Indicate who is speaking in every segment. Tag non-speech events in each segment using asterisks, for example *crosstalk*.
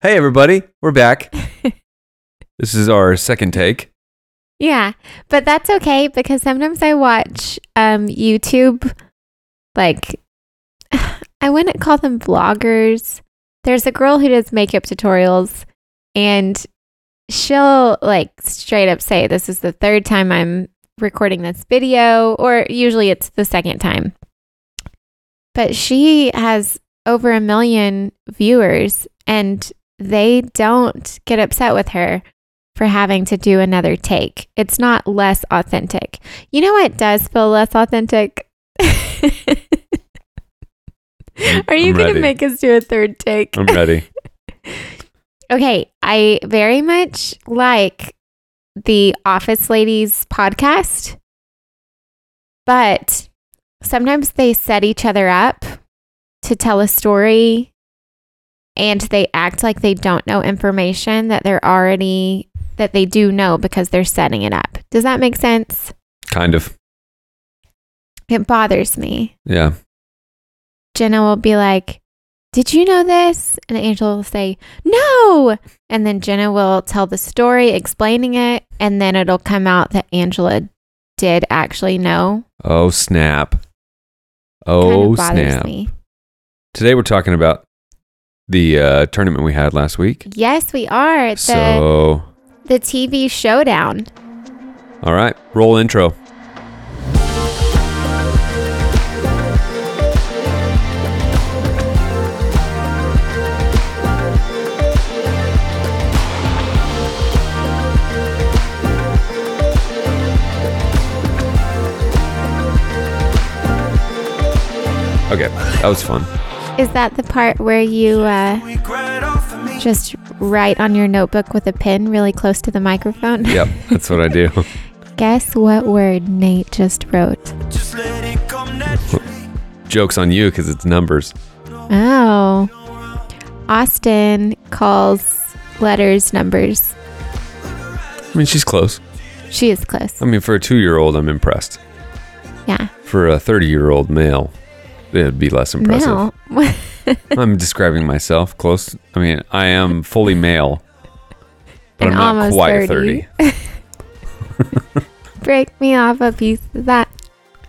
Speaker 1: Hey, everybody, we're back. this is our second take.
Speaker 2: Yeah, but that's okay because sometimes I watch um, YouTube, like, *sighs* I wouldn't call them vloggers. There's a girl who does makeup tutorials, and she'll like straight up say, This is the third time I'm recording this video, or usually it's the second time. But she has over a million viewers, and they don't get upset with her for having to do another take. It's not less authentic. You know what does feel less authentic? *laughs* *laughs* Are you
Speaker 1: I'm
Speaker 2: going
Speaker 1: ready.
Speaker 2: to make us do a third take?
Speaker 1: I'm
Speaker 2: *laughs*
Speaker 1: ready.
Speaker 2: Okay, I very much like the Office Ladies podcast, but sometimes they set each other up to tell a story and they act like they don't know information that they're already that they do know because they're setting it up. Does that make sense?
Speaker 1: kind of.
Speaker 2: It bothers me.
Speaker 1: Yeah.
Speaker 2: Jenna will be like, Did you know this? And Angela will say, No. And then Jenna will tell the story, explaining it. And then it'll come out that Angela did actually know.
Speaker 1: Oh, snap.
Speaker 2: kind
Speaker 1: Oh,
Speaker 2: of bothers
Speaker 1: snap.
Speaker 2: me.
Speaker 1: Today we're talking about the uh, tournament we had last week.
Speaker 2: Yes, we are. The,
Speaker 1: So,
Speaker 2: the TV showdown.
Speaker 1: all right, roll intro. Okay, that was fun.
Speaker 2: Is that the part where you uh, just write on your notebook with a pen really close to the microphone?
Speaker 1: Yep, that's what I do.
Speaker 2: *laughs*
Speaker 1: *laughs*
Speaker 2: Guess what word Nate just wrote?
Speaker 3: Just let it come naturally.
Speaker 1: Joke's on you because it's numbers.
Speaker 2: Oh. Austin calls letters numbers.
Speaker 1: I mean, she's close.
Speaker 2: She is close.
Speaker 1: I mean, for a two year old, I'm impressed.
Speaker 2: Yeah.
Speaker 1: For a 30 year old male, it would be less impressive.
Speaker 2: *laughs*
Speaker 1: *laughs*
Speaker 2: No.
Speaker 1: I'm describing myself close. I mean, I am fully male, but
Speaker 2: *laughs* And
Speaker 1: I'm not
Speaker 2: almost
Speaker 1: quite 30.
Speaker 2: 30. Break me off a piece of that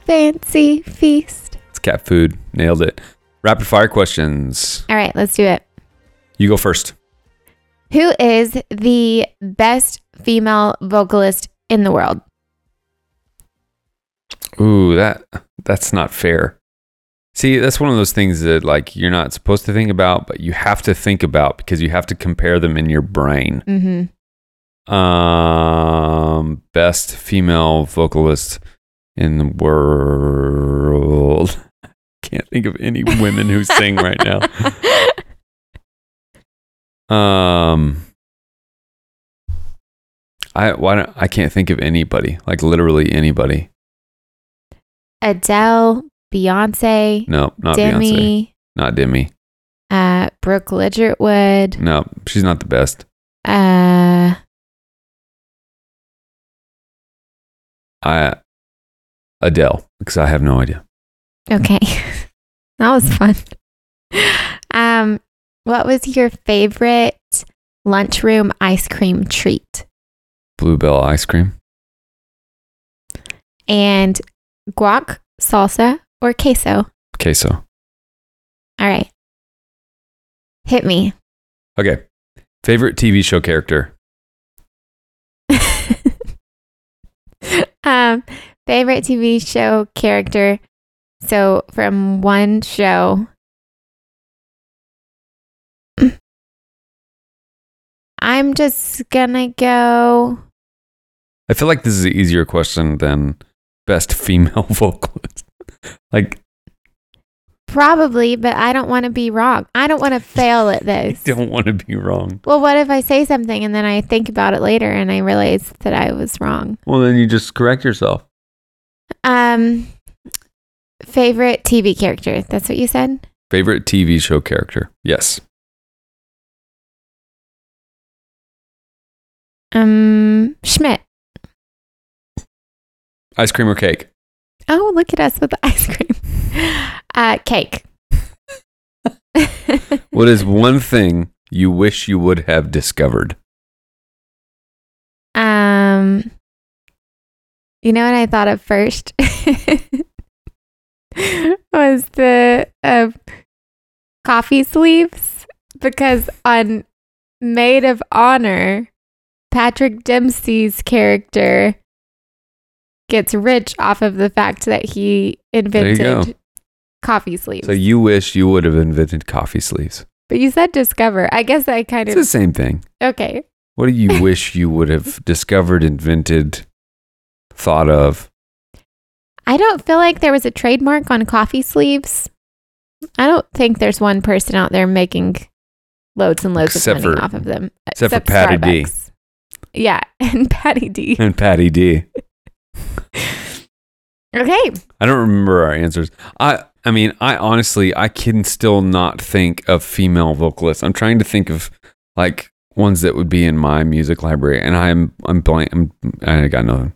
Speaker 2: fancy feast.
Speaker 1: It's cat food. Nailed it. Rapid fire questions.
Speaker 2: All right, let's do it.
Speaker 1: You go first.
Speaker 2: Who is the best female vocalist in the world?
Speaker 1: Ooh, that that's not fair. See, that's one of those things that like you're not supposed to think about, but you have to think about because you have to compare them in your brain. *laughs*
Speaker 2: Mm-hmm.
Speaker 1: Um, best female vocalist in the world. *laughs* Can't think of any women who sing right now. Um, I why don't I can't think of anybody like literally anybody.
Speaker 2: Adele, Beyonce,
Speaker 1: No, not Beyonce,
Speaker 2: Demi,
Speaker 1: not Demi.
Speaker 2: uh, Brooke Lidgertwood,
Speaker 1: No, she's not the best.
Speaker 2: uh,
Speaker 1: I Adele because I have no idea.
Speaker 2: Okay. *laughs* that was fun. *laughs* Um, what was your favorite lunchroom ice cream treat?
Speaker 1: Bluebell ice cream.
Speaker 2: And guac, salsa, or queso?
Speaker 1: Queso.
Speaker 2: All right. Hit me. *laughs*
Speaker 1: Okay. Favorite TV show character.
Speaker 2: um, favorite TV show character. So from one show. *clears throat* I'm just gonna go.
Speaker 1: I feel like this is an easier question than best female *laughs* vocalist. like,
Speaker 2: Probably, but I don't want to be wrong. I don't want to fail at
Speaker 1: I
Speaker 2: this.
Speaker 1: don't want to be wrong.
Speaker 2: Well, what if I say something and then I think about it later and I realize that I was wrong?
Speaker 1: Well, then you just correct yourself.
Speaker 2: Um, favorite TV character. That's what you said.
Speaker 1: Favorite TV show character? Yes.
Speaker 2: Um, Schmidt.
Speaker 1: Ice cream or cake?
Speaker 2: Oh, look at us with the *laughs* ice cream. Uh, cake.
Speaker 1: What is one thing you wish you would have discovered?
Speaker 2: Um, you know what I thought of first *laughs* was the uh, coffee sleeves because on Maid of Honor, Patrick Dempsey's character gets rich off of the fact that he
Speaker 1: you go.
Speaker 2: invented coffee sleeves.
Speaker 1: So you wish you would have invented coffee sleeves.
Speaker 2: but you said discover. I guess I kind
Speaker 1: It's
Speaker 2: of
Speaker 1: the same thing.
Speaker 2: okay.
Speaker 1: What do you wish you would have discovered, invented, thought of?
Speaker 2: I don't feel like there was a trademark on coffee sleeves. I don't think there's one person out there making loads and loads
Speaker 1: Except
Speaker 2: of money
Speaker 1: for-
Speaker 2: off of them.
Speaker 1: except for Patty D.
Speaker 2: Starbucks. Yeah, *laughs* and Patty D.
Speaker 1: *laughs* And Patty D.
Speaker 2: Okay.
Speaker 1: I don't remember our answers. I I mean, I honestly I can still not think of female vocalists. I'm trying to think of like ones that would be in my music library, and I'm I'm blank. I'm I got nothing.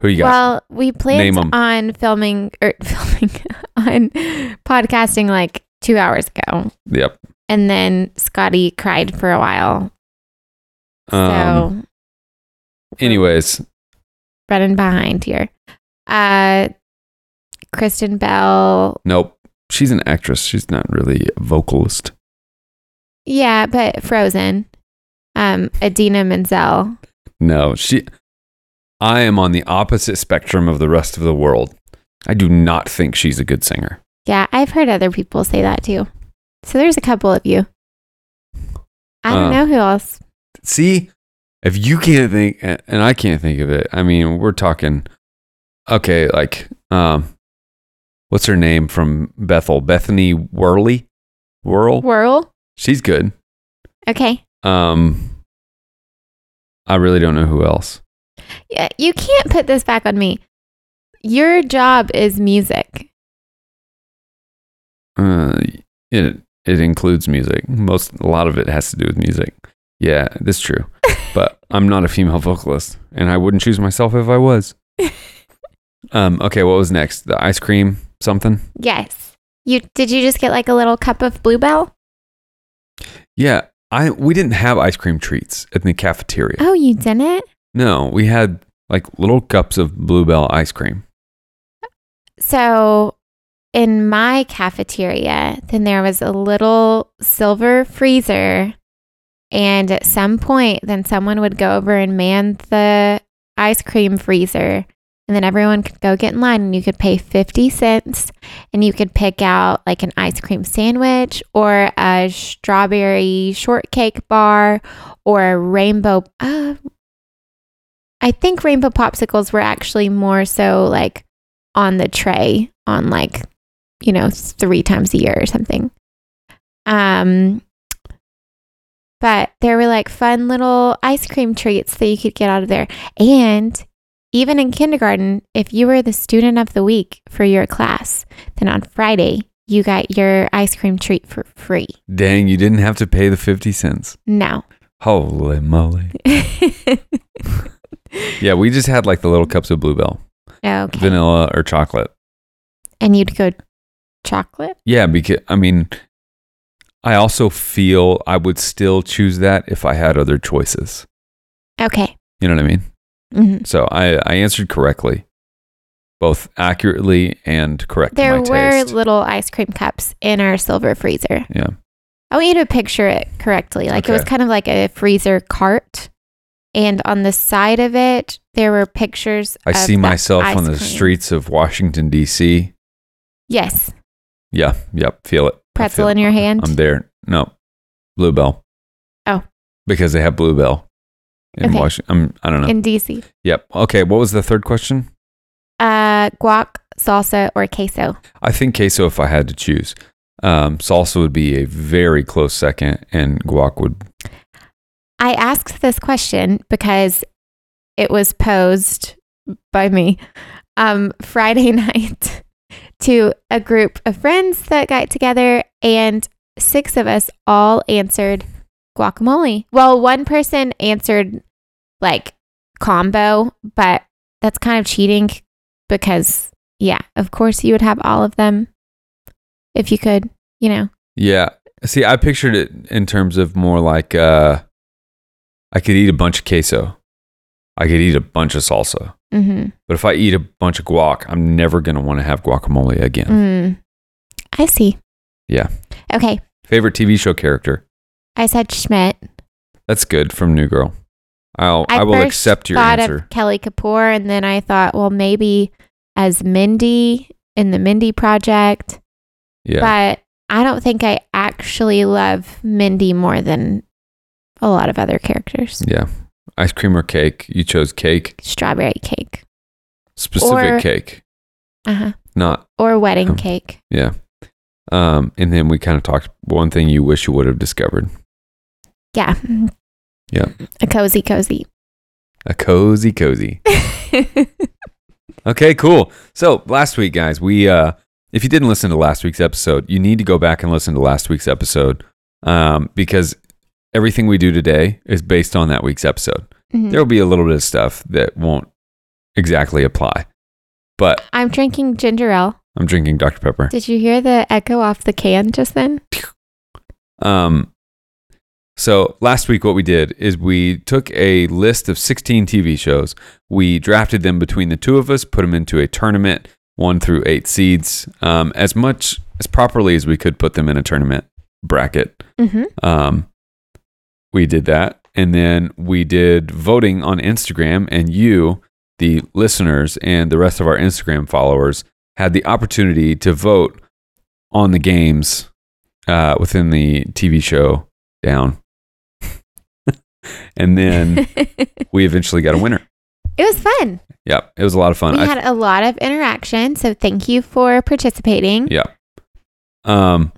Speaker 1: Who you got?
Speaker 2: Well, we planned
Speaker 1: Name 'em.
Speaker 2: on filming or *laughs* filming on podcasting like two hours ago,
Speaker 1: yep.
Speaker 2: and then Scotty cried for a while.
Speaker 1: Um,
Speaker 2: so
Speaker 1: Anyways,
Speaker 2: running behind here. Uh, Kristen Bell
Speaker 1: nope. She's an actress. She's not really a vocalist.
Speaker 2: Yeah, but Frozen. Um, Adina Menzel.
Speaker 1: No, she. I am on the opposite spectrum of the rest of the world. I do not think she's a good singer.
Speaker 2: Yeah, I've heard other people say that too. So there's a couple of you. I don't
Speaker 1: Uh.
Speaker 2: know who else.
Speaker 1: see if you can't think and and i can't think of it i mean we're talking okay like um what's her name from bethel bethany worley whirl
Speaker 2: Whirl.
Speaker 1: she's good
Speaker 2: Okay.
Speaker 1: um i really don't know who else
Speaker 2: Yeah, you can't put this back on me. Your job is music.
Speaker 1: uh it it includes music most a lot of it has to do with music yeah that's true but i'm not a female vocalist and i wouldn't choose myself if i was um okay what was next the ice cream something
Speaker 2: Yes. You did you just get like a little cup of bluebell?
Speaker 1: Yeah, I we didn't have ice cream treats in the cafeteria.
Speaker 2: Oh, you didn't?
Speaker 1: No, we had like little cups of bluebell ice cream.
Speaker 2: So in my cafeteria, then there was a little silver freezer. And at some point, then someone would go over and man the ice cream freezer. And then everyone could go get in line and you could pay 50 cents and you could pick out like an ice cream sandwich or a strawberry shortcake bar or a rainbow. Uh, I think rainbow popsicles were actually more so like on the tray on like you know three times a year or something um but there were like fun little ice cream treats that you could get out of there and even in kindergarten if you were the student of the week for your class then on friday you got your ice cream treat for free
Speaker 1: Dang, you didn't have to pay the 50 cents. *laughs*
Speaker 2: no
Speaker 1: Holy moly.
Speaker 2: *laughs*
Speaker 1: Yeah, we just had like the little cups of bluebell,
Speaker 2: okay
Speaker 1: vanilla or chocolate.
Speaker 2: and you'd go chocolate
Speaker 1: Yeah, because I mean I also feel I would still choose that if I had other choices.
Speaker 2: okay
Speaker 1: You know what I
Speaker 2: *laughs*
Speaker 1: mean?
Speaker 2: hmm
Speaker 1: So I I answered correctly. Both accurately and correct to
Speaker 2: there
Speaker 1: my
Speaker 2: were
Speaker 1: taste.
Speaker 2: little ice cream cups in our silver freezer
Speaker 1: yeah.
Speaker 2: I want you to picture it correctly. Like it was
Speaker 1: Okay.
Speaker 2: kind of like a freezer cart, and on the side of it there were pictures.
Speaker 1: I
Speaker 2: of
Speaker 1: see
Speaker 2: the
Speaker 1: myself
Speaker 2: ice
Speaker 1: on the
Speaker 2: cream.
Speaker 1: streets of Washington D.C.
Speaker 2: Yes,
Speaker 1: Yeah, yep, feel it. I
Speaker 2: Pretzel
Speaker 1: feel
Speaker 2: in
Speaker 1: it.
Speaker 2: your hand?
Speaker 1: I'm there. No, bluebell.
Speaker 2: Oh.
Speaker 1: because they have bluebell in
Speaker 2: Okay.
Speaker 1: Washington. I'm, I don't know.
Speaker 2: in DC.
Speaker 1: yep. Okay. What was the third question?
Speaker 2: Uh, guac, salsa, or queso.
Speaker 1: I think queso. If I had to choose, um, salsa would be a very close second, and guac would.
Speaker 2: I asked this question because it was posed by me um, Friday *laughs* night to a group of friends that got together, and six of us all answered guacamole. Well, one person answered like combo, but that's kind of cheating because, yeah, of course you would have all of them if you could, you know.
Speaker 1: Yeah, See, I pictured it in terms of more like uh, I could eat a bunch of queso, I could eat a bunch of salsa,
Speaker 2: Mm-hmm.
Speaker 1: but if I eat a bunch of guac, I'm never gonna want to have guacamole again.
Speaker 2: Mm. I see.
Speaker 1: Yeah.
Speaker 2: Okay.
Speaker 1: Favorite TV show character?
Speaker 2: I said Schmidt.
Speaker 1: That's good from New Girl. I'll
Speaker 2: I
Speaker 1: I, will
Speaker 2: first
Speaker 1: accept your
Speaker 2: thought
Speaker 1: answer.
Speaker 2: of Kelly Kapoor, and then I thought, well, maybe as Mindy in the Mindy Project,
Speaker 1: yeah,
Speaker 2: but I don't think I actually love Mindy more than a lot of other characters.
Speaker 1: yeah. Ice cream or cake? You chose cake,
Speaker 2: Strawberry cake,
Speaker 1: specific
Speaker 2: Or-
Speaker 1: cake,
Speaker 2: uh-huh.
Speaker 1: not
Speaker 2: or wedding
Speaker 1: Um,
Speaker 2: cake.
Speaker 1: yeah. Um, and then we kind of talked one thing you wish you would have discovered:
Speaker 2: Yeah. *laughs*
Speaker 1: Yeah.
Speaker 2: A cozy, cozy. Mm-hmm.
Speaker 1: a cozy,
Speaker 2: *laughs*
Speaker 1: cozy. Okay, cool. So last week, guys, we uh, if you didn't listen to last week's episode, you need to go back and listen to last week's episode um, because everything we do today is based on that week's episode.
Speaker 2: Mhm.
Speaker 1: There will be a little bit of stuff that won't exactly apply, but
Speaker 2: I'm drinking ginger ale.
Speaker 1: I'm drinking Dr Pepper.
Speaker 2: Did you hear the echo off the can just then?
Speaker 1: *laughs* Um, so last week, what we did is we took a list of 16 TV shows. We drafted them between the two of us, put them into a tournament, one through eight seeds, um, as much as properly as we could put them in a tournament bracket.
Speaker 2: Mm-hmm. *laughs*
Speaker 1: Um, we did that. And then we did voting on Instagram, and you, the listeners, and the rest of our Instagram followers had the opportunity to vote on the games uh, within the TV show down. *laughs* and
Speaker 2: *laughs*
Speaker 1: then
Speaker 2: it
Speaker 1: we eventually got a winner.
Speaker 2: was fun.
Speaker 1: Yeah, it was a lot of fun.
Speaker 2: We
Speaker 1: I-
Speaker 2: had a lot of interaction, so thank you for participating.
Speaker 1: Yeah. Um,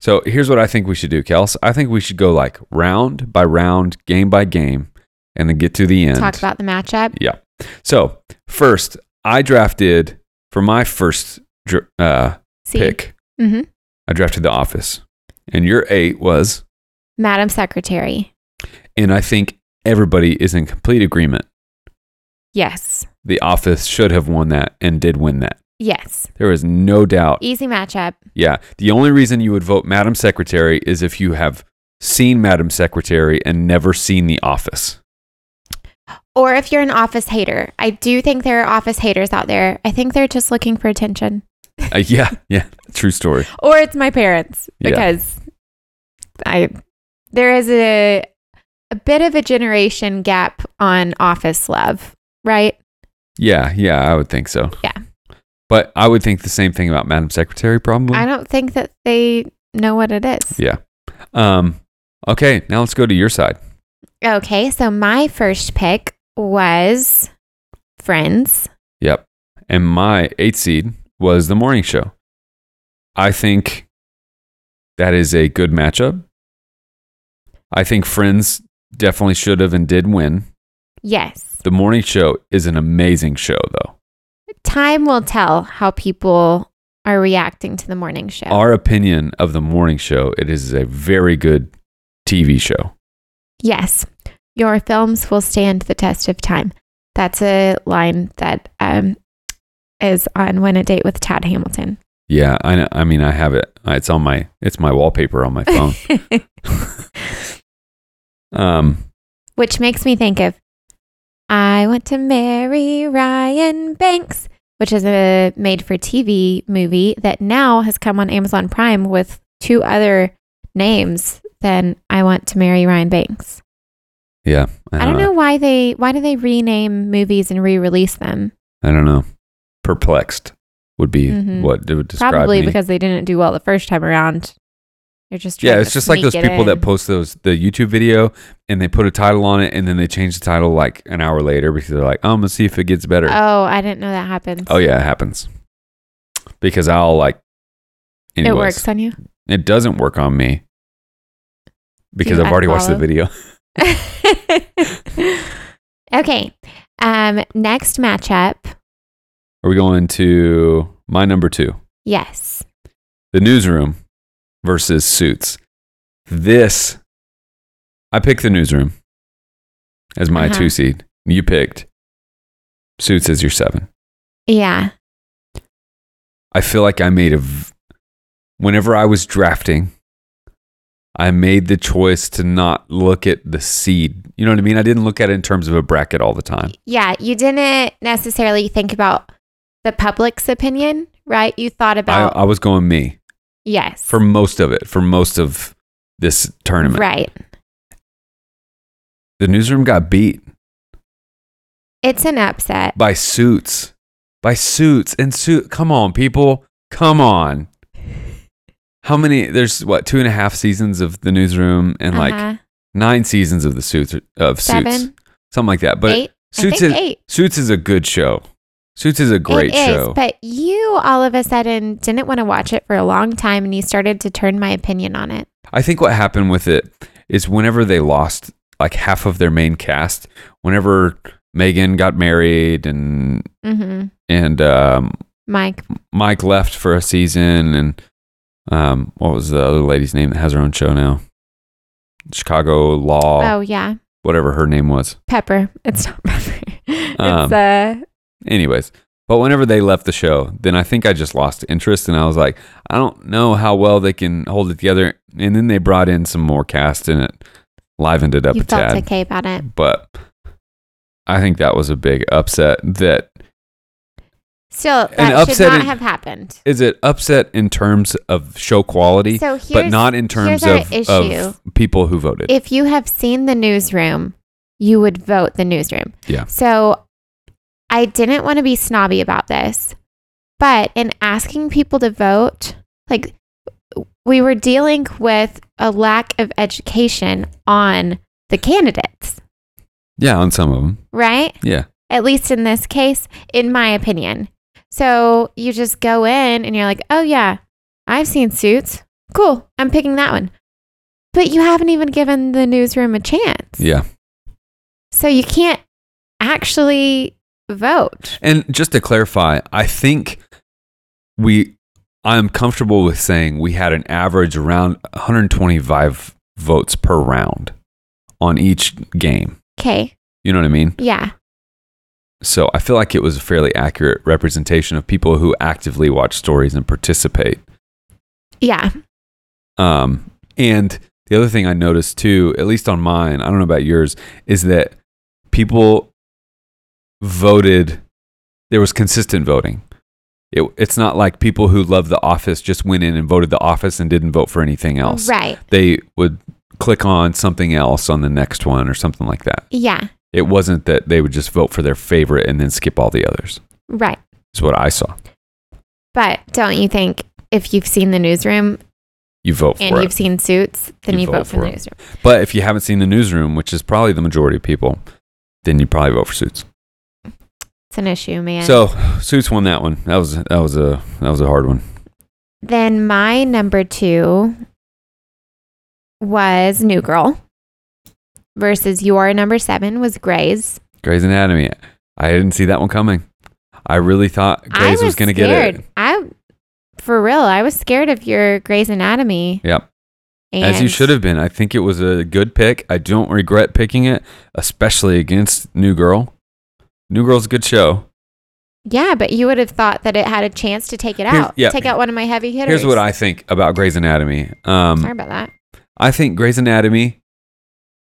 Speaker 1: so here's what I think we should do, Kels. I think we should go like round by round, game by game, and then get to the end.
Speaker 2: Talk about the matchup.
Speaker 1: Yeah. So first, I drafted for my first dr- uh,
Speaker 2: See,
Speaker 1: pick.
Speaker 2: hmm
Speaker 1: I drafted The Office, and your eight was,
Speaker 2: Madam Secretary.
Speaker 1: and I think everybody is in complete agreement.
Speaker 2: Yes,
Speaker 1: The Office should have won that and did win that.
Speaker 2: yes.
Speaker 1: There is no doubt.
Speaker 2: Easy matchup.
Speaker 1: Yeah. The only reason you would vote Madam Secretary is if you have seen Madam Secretary and never seen The Office.
Speaker 2: Or if you're an office hater, I do think there are office haters out there. I think they're just looking for attention. *laughs*
Speaker 1: Uh, yeah. Yeah. True story.
Speaker 2: Or it's my parents
Speaker 1: Yeah.
Speaker 2: because I there is a a bit of a generation gap on office love, right?
Speaker 1: Yeah. Yeah. I would think so.
Speaker 2: Yeah.
Speaker 1: But I would think the same thing about Madam Secretary, probably.
Speaker 2: I don't think that they know what it is.
Speaker 1: Yeah. Um, okay. Now let's go to your side.
Speaker 2: Okay, so my first pick was Friends.
Speaker 1: Yep. And my eight seed was The Morning Show. I think that is a good matchup. I think Friends definitely should have and did win.
Speaker 2: Yes.
Speaker 1: The Morning Show is an amazing show, though.
Speaker 2: Time will tell how people are reacting to the morning show.
Speaker 1: Our opinion of The Morning Show, it is a very good TV show.
Speaker 2: yes. Your films will stand the test of time. That's a line that um, is on When a Date with Tad Hamilton.
Speaker 1: Yeah, I know. I mean, I have it. It's on my it's my wallpaper
Speaker 2: *laughs*
Speaker 1: on my phone. um,
Speaker 2: Which makes me think of I Want to Marry Ryan Banks, which is a made for TV movie that now has come on Amazon Prime with two other names than I Want to Marry Ryan Banks.
Speaker 1: yeah,
Speaker 2: I
Speaker 1: Uh-huh.
Speaker 2: don't know why they why do they rename movies and re-release them?
Speaker 1: I don't know. Perplexed would be
Speaker 2: Mhm.
Speaker 1: what it would describe
Speaker 2: Probably
Speaker 1: me.
Speaker 2: because they didn't do well the first time around. You're just
Speaker 1: yeah,
Speaker 2: trying
Speaker 1: it's
Speaker 2: to
Speaker 1: just like
Speaker 2: sneak
Speaker 1: those
Speaker 2: it
Speaker 1: people
Speaker 2: in.
Speaker 1: that post those the YouTube video and they put a title on it and then they change the title like an hour later because they're like, I'm gonna see if it gets better.
Speaker 2: Oh, I didn't know that happens.
Speaker 1: Oh yeah, it happens. Because I'll like. Anyways,
Speaker 2: it works on you.
Speaker 1: It doesn't work on me because
Speaker 2: You
Speaker 1: I've already watched the
Speaker 2: unfollow?
Speaker 1: video. *laughs*
Speaker 2: *laughs* okay. Um, next matchup.
Speaker 1: Are we going to my number two,
Speaker 2: Yes.
Speaker 1: the newsroom versus suits? This, I picked the newsroom as my
Speaker 2: Uh-huh.
Speaker 1: two seed. You picked suits as your seven.
Speaker 2: Yeah.
Speaker 1: I feel like I made a. v- Whenever I was drafting, I made the choice to not look at the seed. You know what I mean? I didn't look at it in terms of a bracket all the time.
Speaker 2: Yeah, you didn't necessarily think about the public's opinion, right? You thought
Speaker 1: I, uh,
Speaker 2: about
Speaker 1: I was going me
Speaker 2: yes,
Speaker 1: for most of it, for most of this tournament.
Speaker 2: right.
Speaker 1: The newsroom got beat
Speaker 2: It's an upset.
Speaker 1: by suits, by suits and suit. Come on, people. Come on. How many? There's what, two and a half seasons of the newsroom and like
Speaker 2: Uh-huh.
Speaker 1: nine seasons of the suits, of suits,
Speaker 2: seven,
Speaker 1: something like that. But
Speaker 2: eight. I
Speaker 1: Suits
Speaker 2: think
Speaker 1: is
Speaker 2: eight.
Speaker 1: Suits is a good show. Suits is a great
Speaker 2: It is,
Speaker 1: show.
Speaker 2: but you all of a sudden didn't want to watch it for a long time, and you started to turn my opinion on it.
Speaker 1: I think what happened with it is whenever they lost like half of their main cast, whenever Megan got married and
Speaker 2: hmm
Speaker 1: and um,
Speaker 2: Mike,
Speaker 1: Mike left for a season, and um, what was the other lady's name that has her own show now? Chicago Law,
Speaker 2: oh yeah,
Speaker 1: whatever her name was.
Speaker 2: Pepper. It's not Pepper. *laughs*
Speaker 1: Um,
Speaker 2: it's uh,
Speaker 1: Anyways, but whenever they left the show, then I think I just lost interest and I was like, I don't know how well they can hold it together. And then they brought in some more cast and it livened it up
Speaker 2: you
Speaker 1: a
Speaker 2: felt
Speaker 1: tad.
Speaker 2: okay about it.
Speaker 1: But I think that was a big upset. That
Speaker 2: Still,
Speaker 1: And
Speaker 2: that should not
Speaker 1: upsetting-
Speaker 2: have happened.
Speaker 1: is it upset in terms of show quality,
Speaker 2: So here's
Speaker 1: but not in terms
Speaker 2: here's our
Speaker 1: of,
Speaker 2: issue.
Speaker 1: of people who voted.
Speaker 2: if you have seen the newsroom, you would vote the newsroom.
Speaker 1: Yeah.
Speaker 2: So I didn't want to be snobby about this, but in asking people to vote, like we were dealing with a lack of education on the candidates,
Speaker 1: yeah, on some of them.
Speaker 2: right?
Speaker 1: Yeah.
Speaker 2: At least in this case, in my opinion. So you just go in and you're like, oh, yeah, I've seen suits. Cool. I'm picking that one. But you haven't even given the newsroom a chance.
Speaker 1: Yeah.
Speaker 2: So you can't actually vote.
Speaker 1: And just to clarify, I think we, I'm comfortable with saying we had an average around 125 votes per round on each game.
Speaker 2: Okay.
Speaker 1: You know what I mean?
Speaker 2: Yeah.
Speaker 1: So I feel like it was a fairly accurate representation of people who actively watch stories and participate.
Speaker 2: Yeah.
Speaker 1: Um, and the other thing I noticed too, at least on mine, I don't know about yours, is that people voted. There was consistent voting. It, it's not like people who love The Office just went in and voted The Office and didn't vote for anything else.
Speaker 2: Right.
Speaker 1: They would click on something else on the next one or something like that.
Speaker 2: Yeah.
Speaker 1: It wasn't that they would just vote for their favorite and then skip all the others.
Speaker 2: Right.
Speaker 1: Is what I saw.
Speaker 2: But don't you think if you've seen the newsroom
Speaker 1: You vote for
Speaker 2: and
Speaker 1: it.
Speaker 2: you've seen suits, then you, vote, for, the
Speaker 1: it.
Speaker 2: newsroom?
Speaker 1: But if you haven't seen the newsroom, which is probably the majority of people, then you probably vote for Suits.
Speaker 2: It's an issue, man.
Speaker 1: So Suits won that one. That was that was a that was a hard one.
Speaker 2: then my number two was New Girl versus your number seven was Grey's.
Speaker 1: Grey's Anatomy. I didn't see that one coming. I really thought
Speaker 2: I
Speaker 1: Grey's was, going to get
Speaker 2: scared.
Speaker 1: it.
Speaker 2: I, for real, I was scared of your Grey's Anatomy.
Speaker 1: Yep.
Speaker 2: And
Speaker 1: As you should have been. I think it was a good pick. I don't regret picking it, especially against New Girl. New Girl's a good show.
Speaker 2: Yeah, but you would have thought that it had a chance to take it
Speaker 1: Here's-
Speaker 2: out.
Speaker 1: yeah.
Speaker 2: Take out one of my heavy hitters.
Speaker 1: Here's what I think about Grey's Anatomy. Um,
Speaker 2: Sorry about that.
Speaker 1: I think Grey's Anatomy.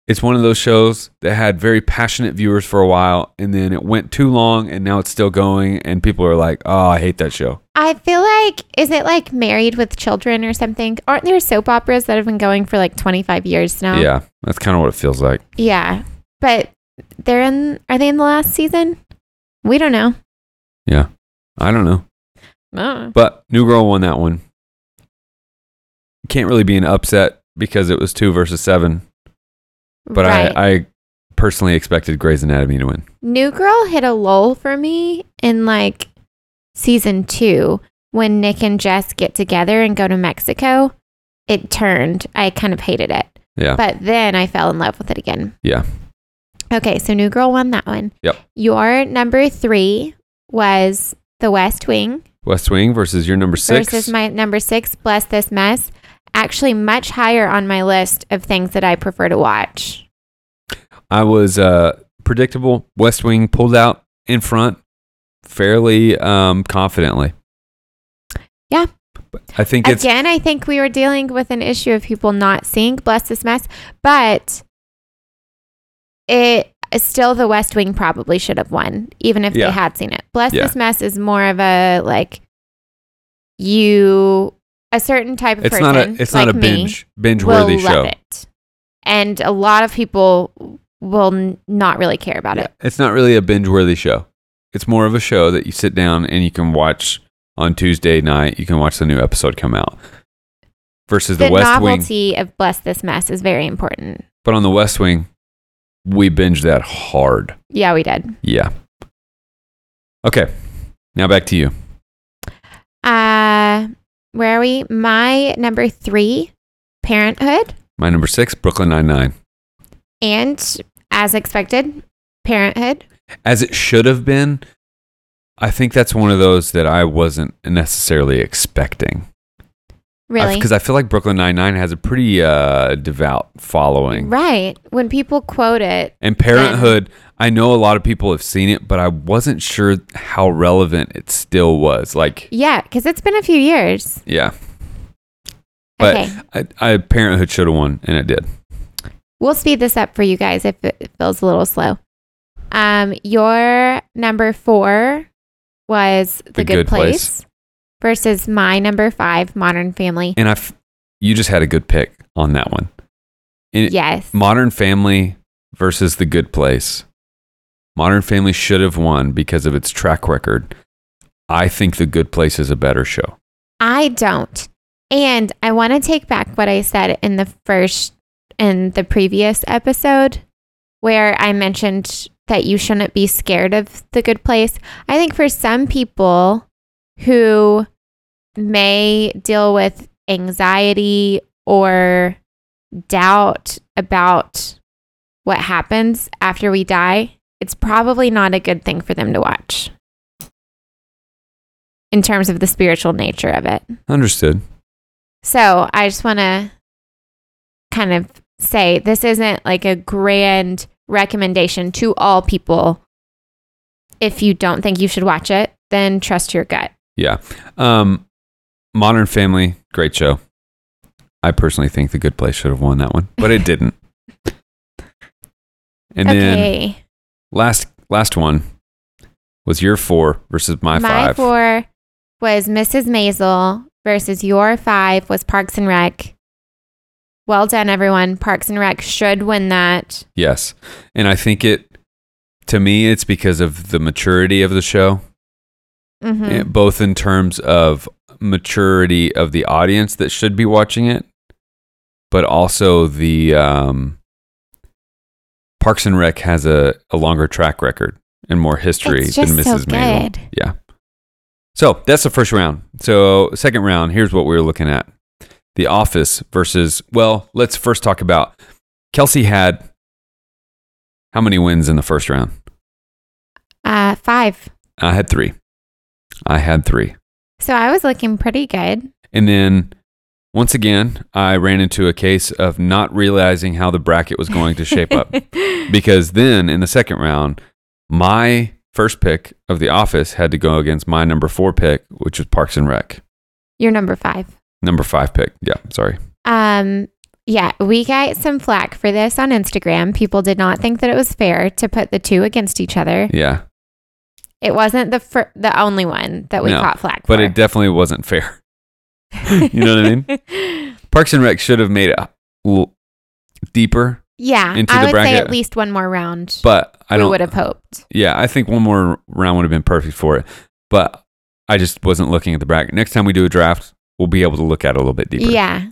Speaker 1: It's one of those shows that had very passionate viewers for a while, and then it went too long, and now it's still going, and people are like, "Oh, I hate that show."
Speaker 2: I feel like is it like Married with Children or something? Aren't there soap operas that have been going for like 25 years now?
Speaker 1: Yeah, that's kind of what it feels like.
Speaker 2: Yeah. But they're in are they in the last season? We don't know.
Speaker 1: I don't know,
Speaker 2: Oh.
Speaker 1: but New Girl won that one. Can't really be an upset because it was two versus seven, but
Speaker 2: right.
Speaker 1: I, I personally expected Grey's Anatomy to win.
Speaker 2: New Girl hit a lull for me in like season 2 when Nick and Jess get together and go to Mexico. It turned. I kind of hated it.
Speaker 1: Yeah,
Speaker 2: But then I fell in love with it again.
Speaker 1: Yeah.
Speaker 2: Okay, so New Girl won that one.
Speaker 1: Yep.
Speaker 2: Your number three was The West Wing
Speaker 1: West Wing versus your number six.
Speaker 2: versus my number six, Bless This Mess. Actually, much higher on my list of things that I prefer to watch.
Speaker 1: I was uh, predictable. West Wing pulled out in front fairly um, confidently.
Speaker 2: Yeah.
Speaker 4: I think it's
Speaker 2: Again, I think we were dealing with an issue of people not seeing Bless This Mess, but it still the West Wing probably should have won, even if
Speaker 1: Yeah.
Speaker 2: they had seen it. Bless
Speaker 1: Yeah.
Speaker 2: This Mess is more of a like you a certain type of
Speaker 4: it's
Speaker 2: person.
Speaker 4: not a it's
Speaker 2: like
Speaker 4: not a
Speaker 2: me,
Speaker 4: binge binge
Speaker 2: will
Speaker 4: worthy
Speaker 2: love
Speaker 4: show.
Speaker 2: it. And a lot of people will n- not really care about it.
Speaker 4: It's not really a binge worthy show.
Speaker 1: It's more of a show that you sit down and you can watch on Tuesday night. You can watch the new episode come out. Versus the,
Speaker 2: The,
Speaker 1: West Wing,
Speaker 2: novelty of Bless This Mess is very important.
Speaker 1: but on the West Wing, we binge that hard.
Speaker 2: Yeah, we did.
Speaker 1: Yeah. Okay. Now back to you.
Speaker 2: Uh, where are we? My number three, Parenthood,
Speaker 1: My number six, Brooklyn Nine Nine.
Speaker 2: and as expected, Parenthood.
Speaker 1: As it should have been, I think that's one of those that I wasn't necessarily expecting.
Speaker 2: Really,
Speaker 1: Because I feel like Brooklyn Nine Nine has a pretty uh, devout following.
Speaker 2: right? When people quote it,
Speaker 1: And Parenthood, I know a lot of people have seen it, but I wasn't sure how relevant it still was. Like,
Speaker 2: yeah, because it's been a few years.
Speaker 1: yeah. But
Speaker 2: okay,
Speaker 1: I, I Parenthood should have won, and it did.
Speaker 2: we'll speed this up for you guys if it feels a little slow. Um, your number four was The, Good, Place. versus my number five, Modern Family.
Speaker 1: And I, f- you just had a good pick on that one. And
Speaker 2: yes,
Speaker 1: Modern Family versus The Good Place. Modern Family should have won because of its track record. I think The Good Place is a better show.
Speaker 2: I don't. And I want to take back what I said in the first in the previous episode where I mentioned that you shouldn't be scared of the good place. I think for some people who may deal with anxiety or doubt about what happens after we die, it's probably not a good thing for them to watch in terms of the spiritual nature of it.
Speaker 1: Understood.
Speaker 2: So I just want to kind of say this isn't like a grand recommendation to all people. If you don't think you should watch it, then trust your gut.
Speaker 1: Um, Modern Family, great show. I personally think The Good Place should have won that one, but it
Speaker 2: *laughs*
Speaker 1: didn't. and then
Speaker 2: okay.
Speaker 1: last last one was your four versus my, five.
Speaker 2: four was Mrs. Maisel versus your five was Parks and Rec. Well done, everyone. Parks and Rec should win that.
Speaker 1: Yes. And I think it, to me, it's because of the maturity of the show.
Speaker 2: Mm-hmm.
Speaker 1: eh, both in terms of maturity of the audience that should be watching it, but also the um, Parks and Rec has a, a longer track record and more history
Speaker 2: It's
Speaker 1: than
Speaker 2: just so
Speaker 1: Mrs. Maisel.
Speaker 2: good.
Speaker 1: Yeah. So that's the first round. So second round, here's what we were looking at: The Office versus. Well, let's first talk about Kelsey had how many wins in the first round?
Speaker 2: Uh, five.
Speaker 1: I had three. I had three.
Speaker 2: So I was looking pretty good.
Speaker 1: And then once again, I ran into a case of not realizing how the bracket was going to shape
Speaker 2: *laughs*
Speaker 1: up because then in the second round, my first pick of The Office had to go against my number four pick, which was Parks and Rec.
Speaker 2: You're number five.
Speaker 1: Number five pick. Yeah, sorry.
Speaker 2: Um, yeah, we got some flack for this on Instagram. People did not think that it was fair to put the two against each other.
Speaker 1: Yeah,
Speaker 2: It wasn't the fir- the only one that we
Speaker 1: No,
Speaker 2: caught flack
Speaker 1: but
Speaker 2: for.
Speaker 1: it definitely wasn't fair. you know what I mean?
Speaker 2: mean?
Speaker 1: Parks and Rec should have made it a little deeper,
Speaker 2: *laughs* Yeah,
Speaker 1: Into
Speaker 2: I
Speaker 1: the
Speaker 2: would say
Speaker 1: bracket.
Speaker 2: at least one more round.
Speaker 1: but I
Speaker 2: we
Speaker 1: don't.
Speaker 2: would have hoped.
Speaker 1: Yeah, I think one more round would have been perfect for it, but I just wasn't looking at the bracket. Next time we do a draft, we'll be able to look at it a little bit deeper.
Speaker 2: Yeah,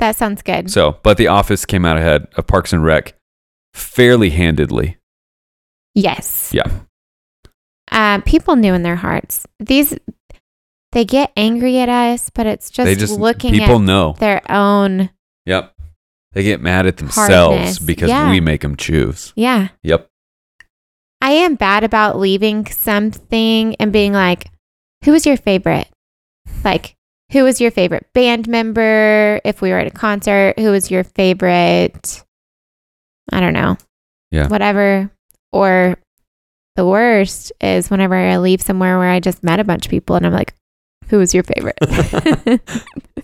Speaker 2: that sounds good.
Speaker 1: So, but The Office came out ahead of Parks and Rec fairly handedly.
Speaker 2: yes.
Speaker 1: Yeah.
Speaker 2: Uh, people knew in their hearts these they get angry at us, but it's just,
Speaker 1: they just
Speaker 2: looking
Speaker 1: people
Speaker 2: at
Speaker 1: know.
Speaker 2: their own.
Speaker 1: Yep. They get mad at themselves
Speaker 2: Hardness.
Speaker 1: because
Speaker 2: Yeah.
Speaker 1: we make them choose.
Speaker 2: Yeah.
Speaker 1: Yep.
Speaker 2: I am bad about leaving something and being like, who was your favorite? Like, who was your favorite band member? If we were at a concert, who was your favorite? I don't know.
Speaker 1: Yeah.
Speaker 2: Whatever. Or the worst is whenever I leave somewhere where I just met a bunch of people and I'm like, Who was your favorite? *laughs*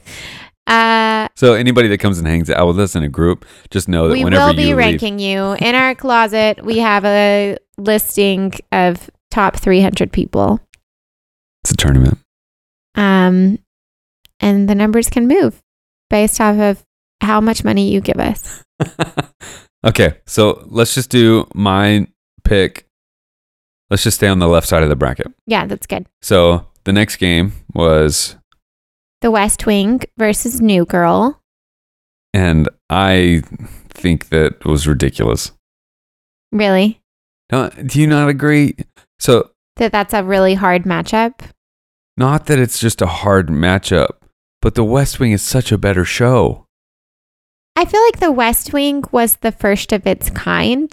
Speaker 2: uh,
Speaker 1: So anybody that comes and hangs out with us in a group, just know that
Speaker 2: we
Speaker 1: Oh, whenever
Speaker 2: will be
Speaker 1: you leave,
Speaker 2: ranking you in our closet. We have a listing of top 300 people.
Speaker 1: it's a tournament. *laughs*
Speaker 2: Um, and the numbers can move based off of how much money you give us.
Speaker 1: okay, so let's just do my pick. Let's just stay on the left side of the bracket.
Speaker 2: Yeah, that's good.
Speaker 1: So the next game was,
Speaker 2: The West Wing versus New Girl.
Speaker 1: and I think that was ridiculous.
Speaker 2: Really?
Speaker 1: No, do you not agree? So
Speaker 2: That that's a really hard matchup.
Speaker 1: not that it's just a hard matchup, but the West Wing is such a better show.
Speaker 2: I feel like The West Wing was the first of its kind.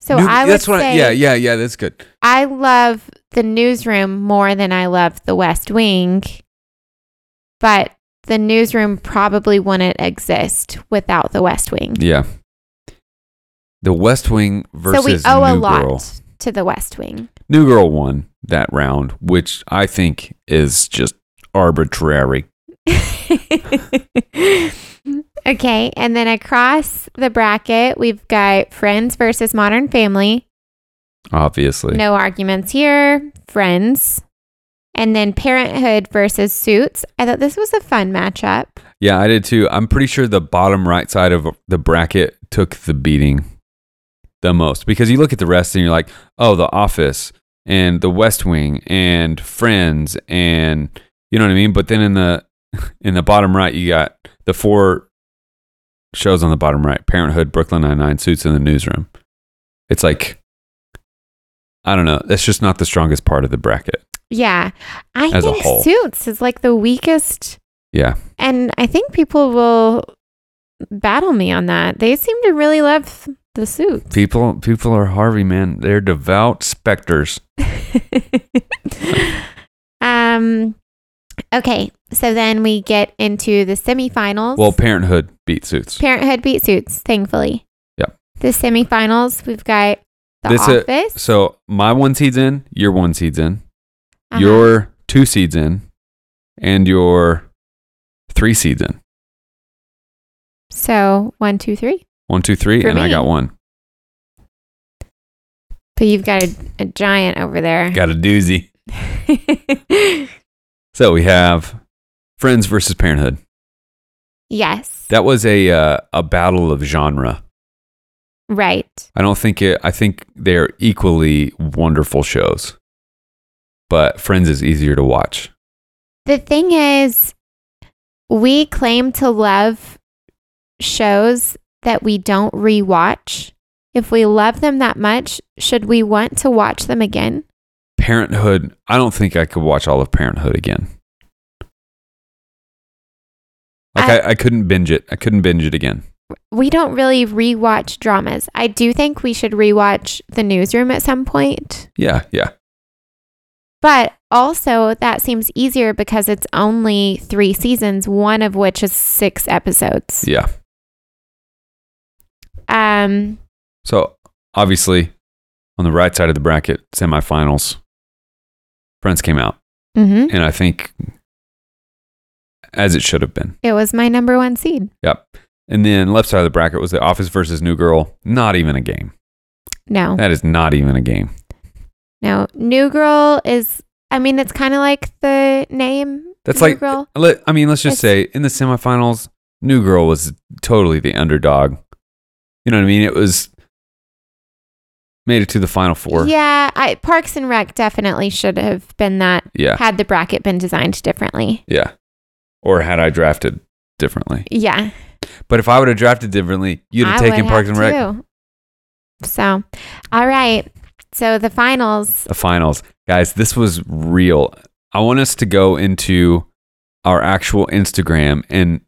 Speaker 2: So
Speaker 1: New-
Speaker 2: I would
Speaker 1: that's what
Speaker 2: say
Speaker 1: I, yeah, yeah, yeah. That's good.
Speaker 2: I love the newsroom more than I love the West Wing, but the newsroom probably wouldn't exist without the West Wing.
Speaker 1: Yeah. The West Wing
Speaker 2: So we
Speaker 1: versus
Speaker 2: owe a
Speaker 1: New
Speaker 2: lot
Speaker 1: Girl.
Speaker 2: to the West Wing. *laughs*
Speaker 1: New Girl won that round, which I think is just arbitrary.
Speaker 2: okay, and then across the bracket, we've got Friends versus Modern Family.
Speaker 1: Obviously,
Speaker 2: No arguments here. Friends. And then Parenthood versus Suits. I thought this was a fun matchup.
Speaker 1: yeah, I did too. I'm pretty sure the bottom right side of the bracket took the beating the most because you look at the rest and you're like, oh, The Office and The West Wing and Friends and you know what I mean. But then in the *laughs* in the bottom right, you got the four shows on the bottom right: Parenthood, Brooklyn Nine Nine, Suits, and The Newsroom. It's like. I don't know. That's just not the strongest part of the bracket.
Speaker 2: Yeah. I
Speaker 1: As a
Speaker 2: think
Speaker 1: whole.
Speaker 2: Suits is like the weakest.
Speaker 1: Yeah.
Speaker 2: And I think people will battle me on that. They seem to really love the suits.
Speaker 1: People, people are Harvey, man. They're devout specters.
Speaker 2: *laughs* um okay. So then we get into the semifinals.
Speaker 1: Well, Parenthood beat Suits.
Speaker 2: Parenthood beat Suits, thankfully.
Speaker 1: Yep.
Speaker 2: The semifinals, we've got The
Speaker 1: This is-
Speaker 2: Office.
Speaker 1: So my one seed's in, your one seed's in,
Speaker 2: Uh-huh.
Speaker 1: your two seed's in, and your three seed's in.
Speaker 2: So one, two, three.
Speaker 1: One, two, three,
Speaker 2: For
Speaker 1: and I
Speaker 2: me.
Speaker 1: got one.
Speaker 2: But you've got a, a giant over there.
Speaker 1: Got a doozy. So we have Friends versus Parenthood.
Speaker 2: *laughs* yes.
Speaker 1: That was a uh, a battle of genre.
Speaker 2: right.
Speaker 1: I don't think it. I think they're equally wonderful shows, but Friends is easier to watch.
Speaker 2: The thing is, we claim to love shows that we don't rewatch. If we love them that much, should we want to watch them again?
Speaker 1: Parenthood. I don't think I could watch all of Parenthood again. Like I, I, couldn't binge it. I couldn't binge it again.
Speaker 2: We don't really rewatch dramas. I do think we should rewatch The Newsroom at some point,
Speaker 1: Yeah, yeah.
Speaker 2: but also that seems easier because it's only three seasons, one of which is six episodes.
Speaker 1: Yeah.
Speaker 2: Um,
Speaker 1: So obviously on the right side of the bracket, semifinals, Friends came out.
Speaker 2: mhm.
Speaker 1: And I think as it should have been.
Speaker 2: It was my number one seed.
Speaker 1: Yep. And then left side of the bracket was the office versus New Girl. Not even a game.
Speaker 2: No.
Speaker 1: That is not even a game.
Speaker 2: No, New Girl is. I mean, it's kind of like the name.
Speaker 1: That's
Speaker 2: New
Speaker 1: like
Speaker 2: Girl.
Speaker 1: Let, I mean, let's just
Speaker 2: It's-
Speaker 1: say in the semifinals, New Girl was totally the underdog. You know what I mean? It was made it to the final four.
Speaker 2: Yeah, I, Parks and Rec definitely should have been that
Speaker 1: Yeah.
Speaker 2: had the bracket been designed differently.
Speaker 1: Yeah. Or had I drafted differently?
Speaker 2: Yeah,
Speaker 1: But if I would have drafted differently, you'd have
Speaker 2: I
Speaker 1: taken
Speaker 2: would
Speaker 1: Parks and
Speaker 2: have
Speaker 1: Rec.
Speaker 2: too. So, all right. So the finals.
Speaker 1: the finals. Guys, this was real. I want us to go into our actual Instagram and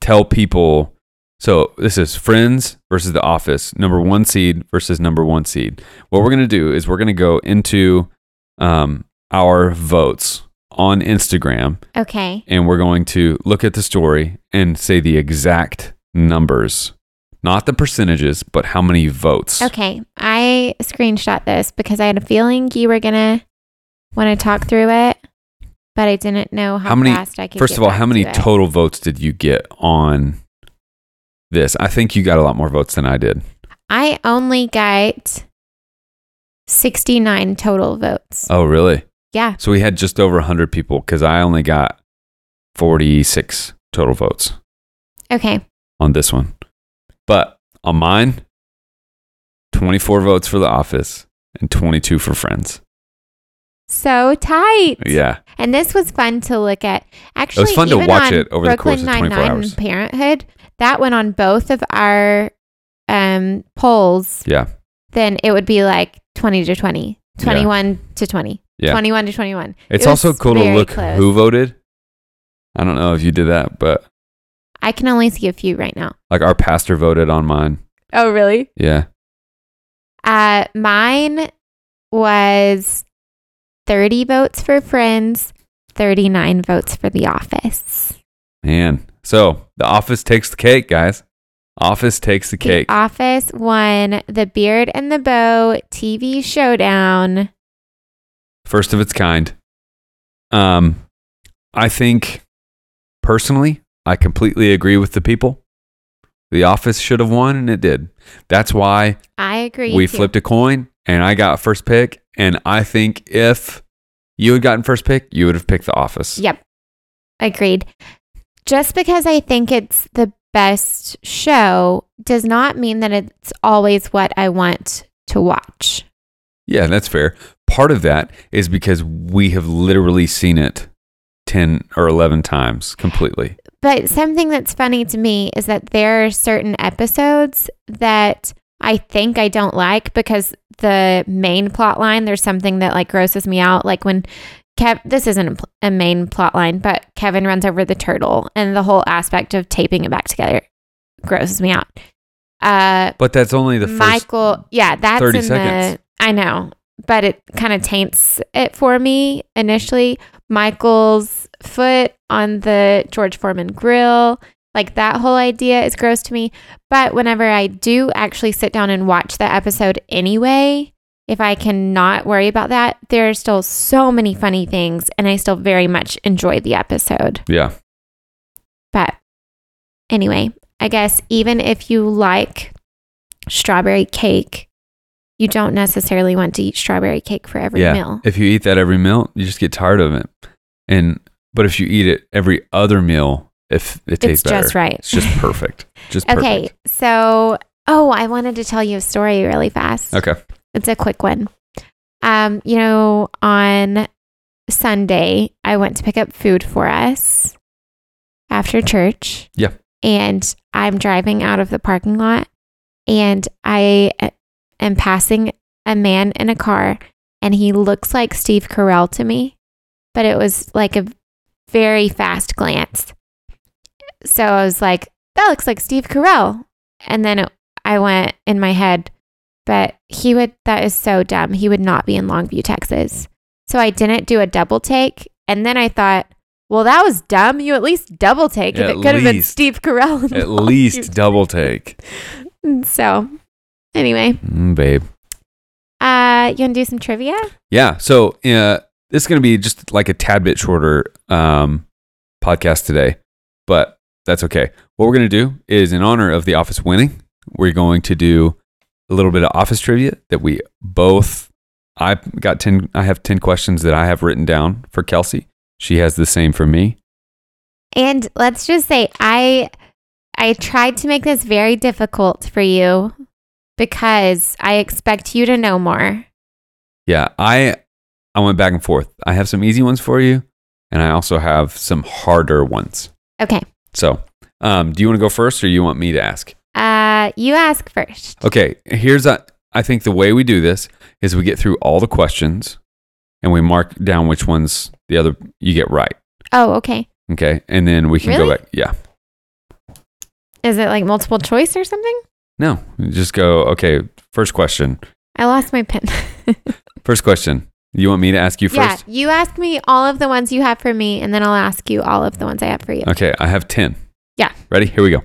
Speaker 1: tell people. So, this is Friends versus The Office, number one seed versus number one seed. What we're going to do is we're going to go into um, our votes on Instagram
Speaker 2: Okay.
Speaker 1: and we're going to look at the story and say the exact numbers, not the percentages, but how many votes.
Speaker 2: Okay. I screenshot this because I had a feeling you were gonna want to talk through it. but I didn't know how,
Speaker 1: How many-
Speaker 2: fast I could.
Speaker 1: First
Speaker 2: get
Speaker 1: of all,
Speaker 2: back
Speaker 1: how many
Speaker 2: to it.
Speaker 1: total votes did you get on this? I think you got a lot more votes than I did.
Speaker 2: I only got sixty nine total votes.
Speaker 1: Oh, really?
Speaker 2: Yeah,
Speaker 1: So we had just over 100 people because I only got 46 total votes
Speaker 2: okay.
Speaker 1: on this one. But on mine, 24 votes for The Office and 22 for Friends.
Speaker 2: So tight.
Speaker 1: Yeah.
Speaker 2: And this was fun to look at. Actually,
Speaker 1: fun to
Speaker 2: even
Speaker 1: watch
Speaker 2: on
Speaker 1: it over the
Speaker 2: Brooklyn
Speaker 1: course of 24
Speaker 2: Nine-Nine
Speaker 1: hours.
Speaker 2: and Parenthood that went on both of our um, polls.
Speaker 1: Yeah.
Speaker 2: Then it would be like twenty to 20,
Speaker 1: Yeah.
Speaker 2: 21 to twenty,
Speaker 1: Yeah.
Speaker 2: twenty one to twenty one.
Speaker 1: It's also cool to look who voted. I don't know if you did that, but
Speaker 2: I can only see a few right now.
Speaker 1: like our pastor voted on mine.
Speaker 2: Oh, really?
Speaker 1: Yeah.
Speaker 2: Uh, mine was thirty votes for Friends, thirty nine votes for The Office.
Speaker 1: Man. So The Office takes the cake, guys. Office takes the cake.
Speaker 2: The Office won the Beard and the Bow TV showdown.
Speaker 1: first of its kind. Um, I think personally, I completely agree with the people. The office should have won, and it did. That's why
Speaker 2: I agree.
Speaker 1: we
Speaker 2: too.
Speaker 1: flipped a coin, and I got first pick. And I think if you had gotten first pick, you would have picked the office.
Speaker 2: Yep. Agreed. Just because I think it's the best show does not mean that it's always what I want to watch.
Speaker 1: Yeah, that's fair. Part of that is because we have literally seen it 10 or 11 times completely.
Speaker 2: But something that's funny to me is that there are certain episodes that I think I don't like because the main plot line, there's something that like grosses me out. Like when Kev, this isn't a, pl- a main plot line, but Kevin runs over the turtle and the whole aspect of taping it back together grosses me out. Uh,
Speaker 1: But that's only the first.
Speaker 2: Michael, yeah, that's
Speaker 1: 30
Speaker 2: in
Speaker 1: seconds.
Speaker 2: the. I know, but it kind of taints it for me initially. Michael's foot on the George Foreman grill, like that whole idea is gross to me. But whenever I do actually sit down and watch the episode anyway, if I cannot worry about that, there are still so many funny things, and I still very much enjoy the episode.
Speaker 1: Yeah.
Speaker 2: But anyway, I guess even if you like strawberry cake, you don't necessarily want to eat strawberry cake for every
Speaker 1: Yeah.
Speaker 2: meal.
Speaker 1: If you eat that every meal, you just get tired of it. And but if you eat it every other meal, if it
Speaker 2: It's
Speaker 1: tastes better,
Speaker 2: just right.
Speaker 1: it's just perfect. Just
Speaker 2: *laughs* Okay. So, oh, I wanted to tell you a story really fast.
Speaker 1: perfect. Okay.
Speaker 2: It's a quick one. Um, you know, on Sunday, I went to pick up food for us after church.
Speaker 1: Yeah.
Speaker 2: And I'm driving out of the parking lot and I uh, am passing a man in a car and he looks like Steve Carell to me, but it was like a very fast glance. So I was like, that looks like Steve Carell. And then it, I went in my head, but he would that is so dumb he would not be in longview texas so i didn't do a double take and then i thought well that was dumb you at least double take if
Speaker 1: At
Speaker 2: it could have been
Speaker 1: least.
Speaker 2: steve carell in *laughs*
Speaker 1: At
Speaker 2: Longview."
Speaker 1: least double take.
Speaker 2: so anyway
Speaker 1: Mm, babe.
Speaker 2: uh you want to do some trivia
Speaker 1: Yeah. So uh, this is going to be just like a tad bit shorter um, podcast today, but that's okay. What we're going to do is in honor of the office winning, we're going to do a little bit of office trivia that we both. I got ten. I have ten questions that I have written down for Kelsey. She has the same for me.
Speaker 2: and let's just say i i tried to make this very difficult for you because i expect you to know more
Speaker 1: Yeah, I I went back and forth. I have some easy ones for you, and I also have some harder ones.
Speaker 2: okay
Speaker 1: So, um, do you want to go first, or you want me to ask?
Speaker 2: uh you ask first
Speaker 1: Okay, here's a, I think the way we do this is we get through all the questions and we mark down which ones the other you get right.
Speaker 2: oh okay
Speaker 1: Okay, and then we can go
Speaker 2: Really?
Speaker 1: back. Yeah,
Speaker 2: is it like multiple choice or something
Speaker 1: no, just go. Okay, first question.
Speaker 2: I lost my pen. *laughs*
Speaker 1: First question. You want me to ask you
Speaker 2: yeah,
Speaker 1: first?
Speaker 2: you ask me all of the ones you have for me, and then I'll ask you all of the ones I have for you.
Speaker 1: Okay, I have ten.
Speaker 2: Yeah.
Speaker 1: Ready? Here we go.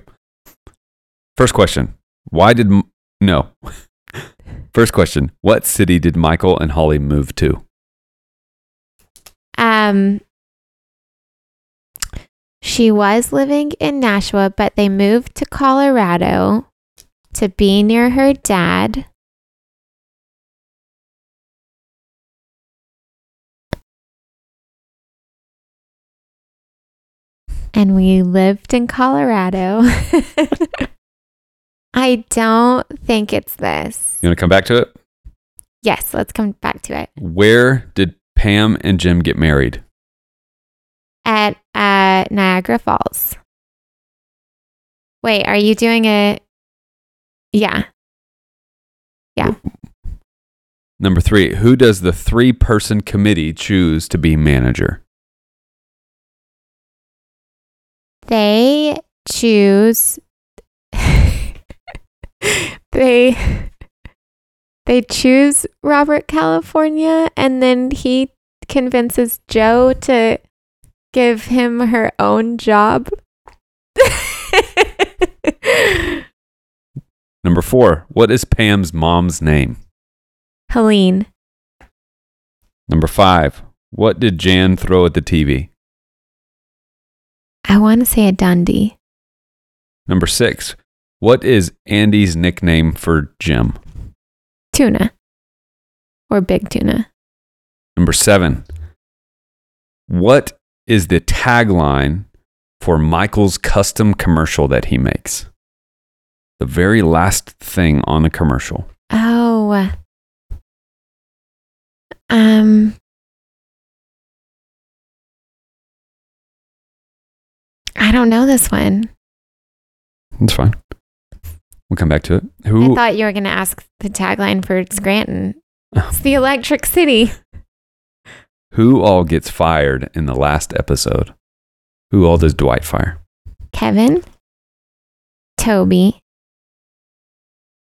Speaker 1: First question. Why did M- no? *laughs* first question. What city did Michael and Holly move to?
Speaker 2: Um, She was living in Nashua, but they moved to Colorado to be near her dad. And we lived in Colorado. *laughs* I don't think it's this.
Speaker 1: You want to come back to it?
Speaker 2: Yes, let's come back to it.
Speaker 1: Where did Pam and Jim get married?
Speaker 2: at uh, Niagara Falls. Wait, are you doing a? Yeah,
Speaker 1: Number three, who does the three person committee choose to be manager?
Speaker 2: they choose. *laughs* they they choose Robert California, and then he convinces Joe to give him her own job. *laughs*
Speaker 1: Number four, what is Pam's mom's name?
Speaker 2: Helene,
Speaker 1: Number five, what did Jan throw at the TV?
Speaker 2: I want to say a Dundee.
Speaker 1: Number six, what is Andy's nickname for Jim?
Speaker 2: tuna or big tuna.
Speaker 1: Number seven, what is the tagline for Michael's custom commercial that he makes? The very last thing on the commercial.
Speaker 2: Oh. Um I don't know this one.
Speaker 1: That's fine. We'll come back to it.
Speaker 2: I
Speaker 1: Who?
Speaker 2: thought you were going to ask the tagline for Scranton.
Speaker 1: Oh.
Speaker 2: It's the Electric City.
Speaker 1: Who all gets fired in the last episode? Who all does Dwight fire?
Speaker 2: Kevin, Toby.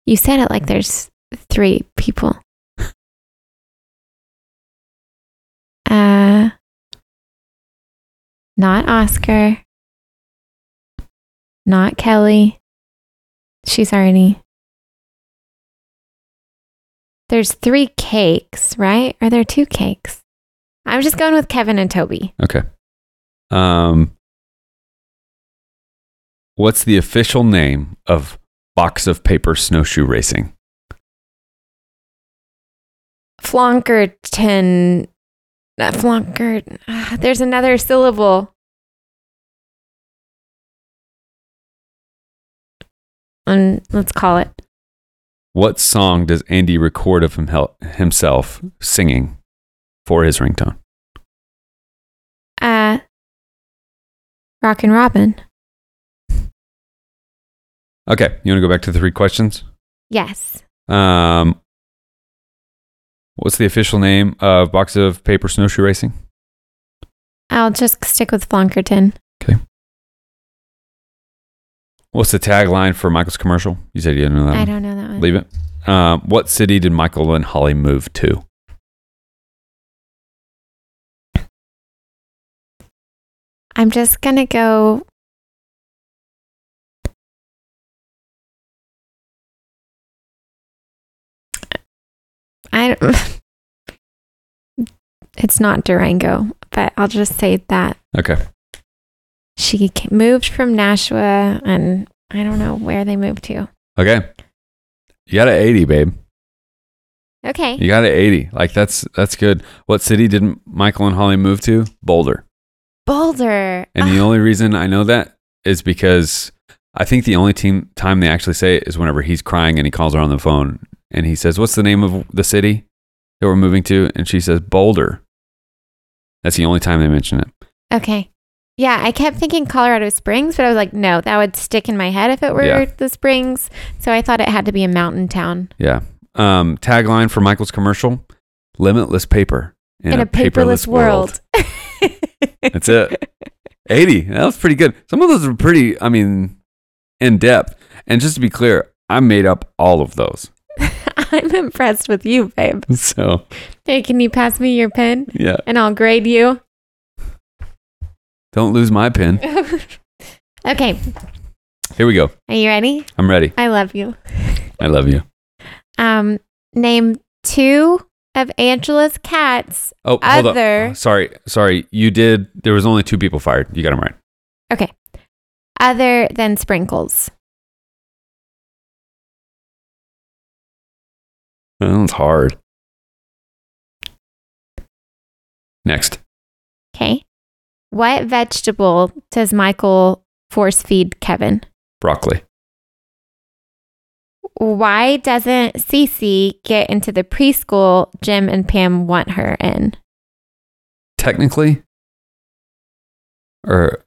Speaker 2: You said it like there's three people. Uh, not Oscar. Not Kelly. She's already. There's three cakes, right? Are there two cakes? I'm just going with Kevin and Toby.
Speaker 1: Okay. Um, what's the official name of box of paper snowshoe racing?
Speaker 2: Flonkerton. Not Flonker. ah, There's another syllable. Um, let's call it.
Speaker 1: What song does Andy record of himhel- himself singing for his ringtone?
Speaker 2: Uh, Rockin' Robin.
Speaker 1: Okay, you want to go back to the three questions?
Speaker 2: Yes.
Speaker 1: Um, what's the official name of box of paper snowshoe racing?
Speaker 2: I'll just stick with Flonkerton.
Speaker 1: What's the tagline for Michael's commercial? You said you didn't know that.
Speaker 2: I
Speaker 1: one.
Speaker 2: don't know that one.
Speaker 1: Leave it. Um, what city did Michael and Holly move to?
Speaker 2: I'm just going to go. I don't- *laughs* It's not Durango, but I'll just say that
Speaker 1: Okay.
Speaker 2: she ca- moved from Nashua and I don't know where they moved to.
Speaker 1: Okay. You got an 80, babe.
Speaker 2: Okay.
Speaker 1: You got an 80. Like that's that's good. What city did Michael and Holly move to? Boulder.
Speaker 2: Boulder.
Speaker 1: And the only reason I know that is because I think the only team time they actually say it is whenever he's crying and he calls her on the phone and he says, "What's the name of the city that we're moving to?" and she says, "Boulder." That's the only time they mention it.
Speaker 2: Ah, okay. Yeah, I kept thinking Colorado Springs, but I was like, no, that would stick in my head if it were
Speaker 1: Yeah.
Speaker 2: the Springs. So I thought it had to be a mountain town.
Speaker 1: Yeah. Um, tagline for Michael's commercial: "Limitless paper in,
Speaker 2: in, a, paperless, world.
Speaker 1: That's it. 80. That was pretty good. Some of those are pretty, I mean, in depth. And just to be clear, I made up all of those.
Speaker 2: *laughs*
Speaker 1: *laughs*
Speaker 2: I'm impressed with you, babe.
Speaker 1: So,
Speaker 2: Hey, can you pass me your pen
Speaker 1: yeah.
Speaker 2: and I'll grade *laughs* you?
Speaker 1: Don't lose my pen.
Speaker 2: okay,
Speaker 1: Here we go.
Speaker 2: are you ready?
Speaker 1: I'm ready.
Speaker 2: I love you.
Speaker 1: I love you.
Speaker 2: Um, name two of Angela's cats.
Speaker 1: Oh, hold up.
Speaker 2: Other-
Speaker 1: Oh, Sorry. Sorry. You did. There was only two people fired. You got them right.
Speaker 2: Okay. Other than sprinkles.
Speaker 1: That one's hard. Next.
Speaker 2: Okay. What vegetable does Michael force feed Kevin?
Speaker 1: Broccoli.
Speaker 2: Why doesn't Cece get into the preschool Jim and Pam want her in?
Speaker 1: Technically, or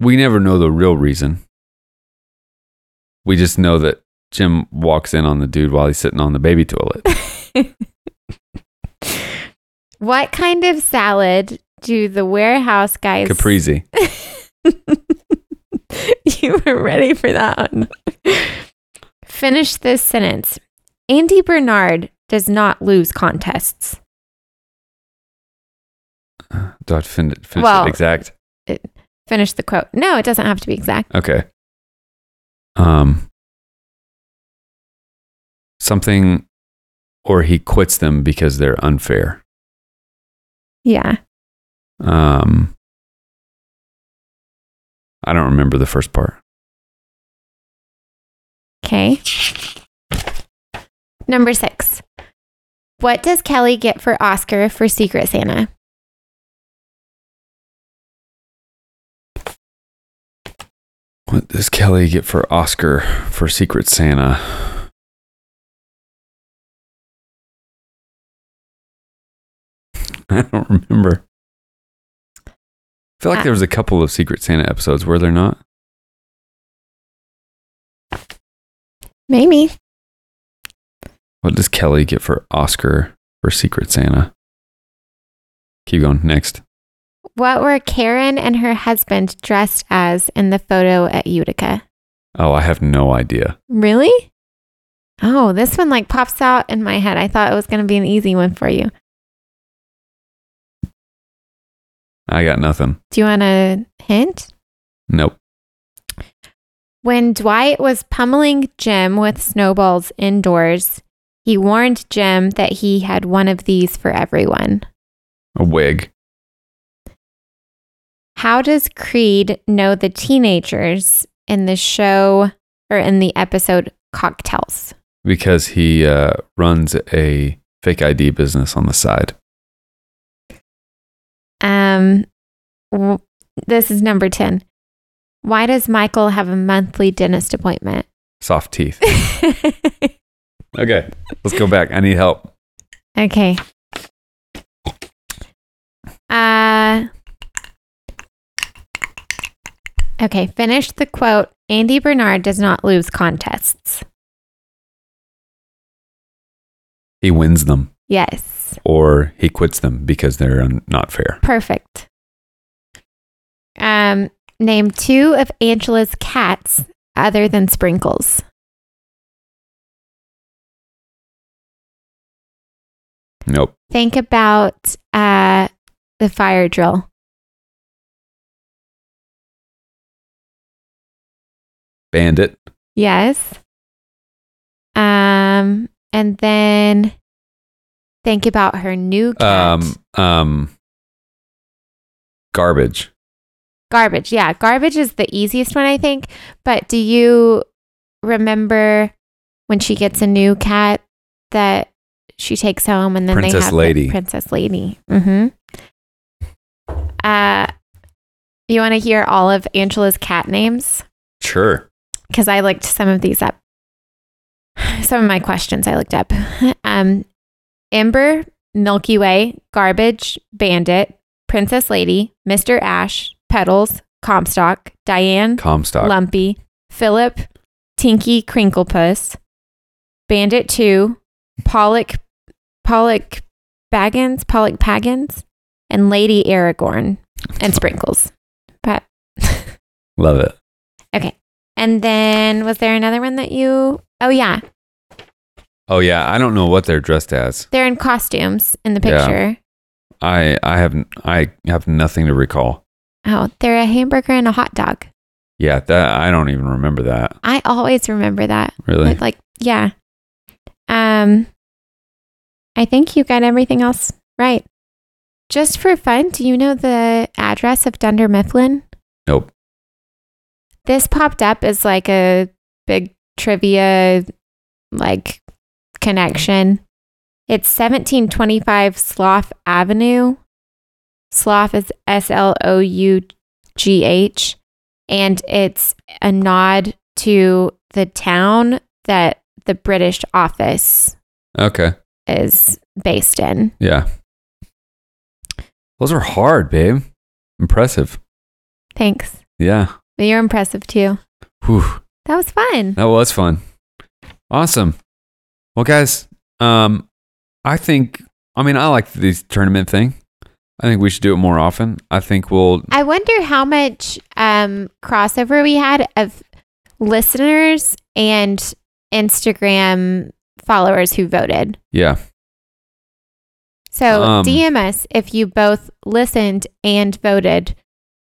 Speaker 1: we never know the real reason. We just know that Jim walks in on the dude while he's sitting on the baby toilet.
Speaker 2: What kind of salad do the warehouse guys
Speaker 1: Caprese.
Speaker 2: *laughs* you were ready for that one. Finish this sentence. Andy Bernard does not lose contests.
Speaker 1: Do I have to fin- finish
Speaker 2: Well-
Speaker 1: it exact?
Speaker 2: Finish the quote. No, it doesn't have to be exact.
Speaker 1: Okay. Um, something, or he quits them because they're unfair.
Speaker 2: Yeah.
Speaker 1: Um, I don't remember the first part.
Speaker 2: Okay. Number six. What does Kelly get for Oscar for Secret Santa?
Speaker 1: What does Kelly get for Oscar for Secret Santa? *laughs* I don't remember. I feel like
Speaker 2: I-
Speaker 1: there was a couple of Secret Santa episodes, were there not?
Speaker 2: Maybe.
Speaker 1: What does Kelly get for Oscar for Secret Santa? Keep going. Next.
Speaker 2: What were Karen and her husband dressed as in the photo at Utica?
Speaker 1: Oh, I have no idea.
Speaker 2: Really? Oh, this one like pops out in my head. I thought it was going to be an easy one for you.
Speaker 1: I got nothing.
Speaker 2: Do you want a hint?
Speaker 1: Nope.
Speaker 2: When Dwight was pummeling Jim with snowballs indoors, he warned Jim that he had one of these for everyone.
Speaker 1: A wig.
Speaker 2: How does Creed know the teenagers in the show or in the episode Cocktails?
Speaker 1: because he uh, runs a fake ID business on the side.
Speaker 2: Um, w- this is number 10. Why does Michael have a monthly dentist appointment? *laughs*
Speaker 1: Soft teeth. Okay, let's go back. I need help.
Speaker 2: Okay. Uh Okay, finish the quote. Andy Bernard does not lose contests.
Speaker 1: He wins them
Speaker 2: Yes.
Speaker 1: or he quits them because they're un- not fair.
Speaker 2: Perfect. Um name 2 of Angela's cats other than Sprinkles.
Speaker 1: Nope.
Speaker 2: Think about uh the fire drill.
Speaker 1: Bandit.
Speaker 2: Yes. Um and then think about her new cat.
Speaker 1: Um, um, garbage.
Speaker 2: Garbage. Yeah. Garbage is the easiest one, I think. But do you remember when she gets a new cat that she takes home and then they
Speaker 1: Princess
Speaker 2: have the
Speaker 1: Lady.
Speaker 2: Princess Lady. Mm-hmm. Uh, you want to hear all of Angela's cat names?
Speaker 1: Sure.
Speaker 2: Because I looked some of these up. *sighs* Some of my questions I looked up. *laughs* Um, Ember, Milky Way, Garbage, Bandit, Princess Lady, Mr. Ash, Petals, Comstock, Diane,
Speaker 1: Comstock.
Speaker 2: Lumpy, Philip, Tinky Crinklepuss, Bandit 2, Pollock, Pollock Baggins, Pollock Paggins, and Lady Aragorn and Sprinkles. But
Speaker 1: Love it.
Speaker 2: and then was there another one that you Oh yeah,
Speaker 1: Oh yeah, I don't know what they're dressed as.
Speaker 2: they're in costumes in the
Speaker 1: Yeah.
Speaker 2: picture.
Speaker 1: I I have I have nothing to recall.
Speaker 2: Oh, they're a hamburger and a hot dog.
Speaker 1: Yeah, that I don't even remember that.
Speaker 2: I always remember that.
Speaker 1: Really?
Speaker 2: Like, like yeah. Um I think you got everything else right. Just for fun, do you know the address of Dunder Mifflin?
Speaker 1: Nope.
Speaker 2: This popped up as like a big trivia like connection. It's 1725 Slough Avenue. Slough is S L O U G H and it's a nod to the town that the British office
Speaker 1: Okay.
Speaker 2: is based in.
Speaker 1: Yeah. Those are hard, babe. Impressive.
Speaker 2: Thanks.
Speaker 1: Yeah.
Speaker 2: You're impressive too.
Speaker 1: Whew.
Speaker 2: That was fun.
Speaker 1: That was fun. Awesome. Well, guys, um, I think I mean I like this tournament thing. I think we should do it more often. I think we'll
Speaker 2: I wonder how much um, crossover we had of listeners and Instagram followers who voted.
Speaker 1: yeah
Speaker 2: So
Speaker 1: Um,
Speaker 2: DM us if you both listened and voted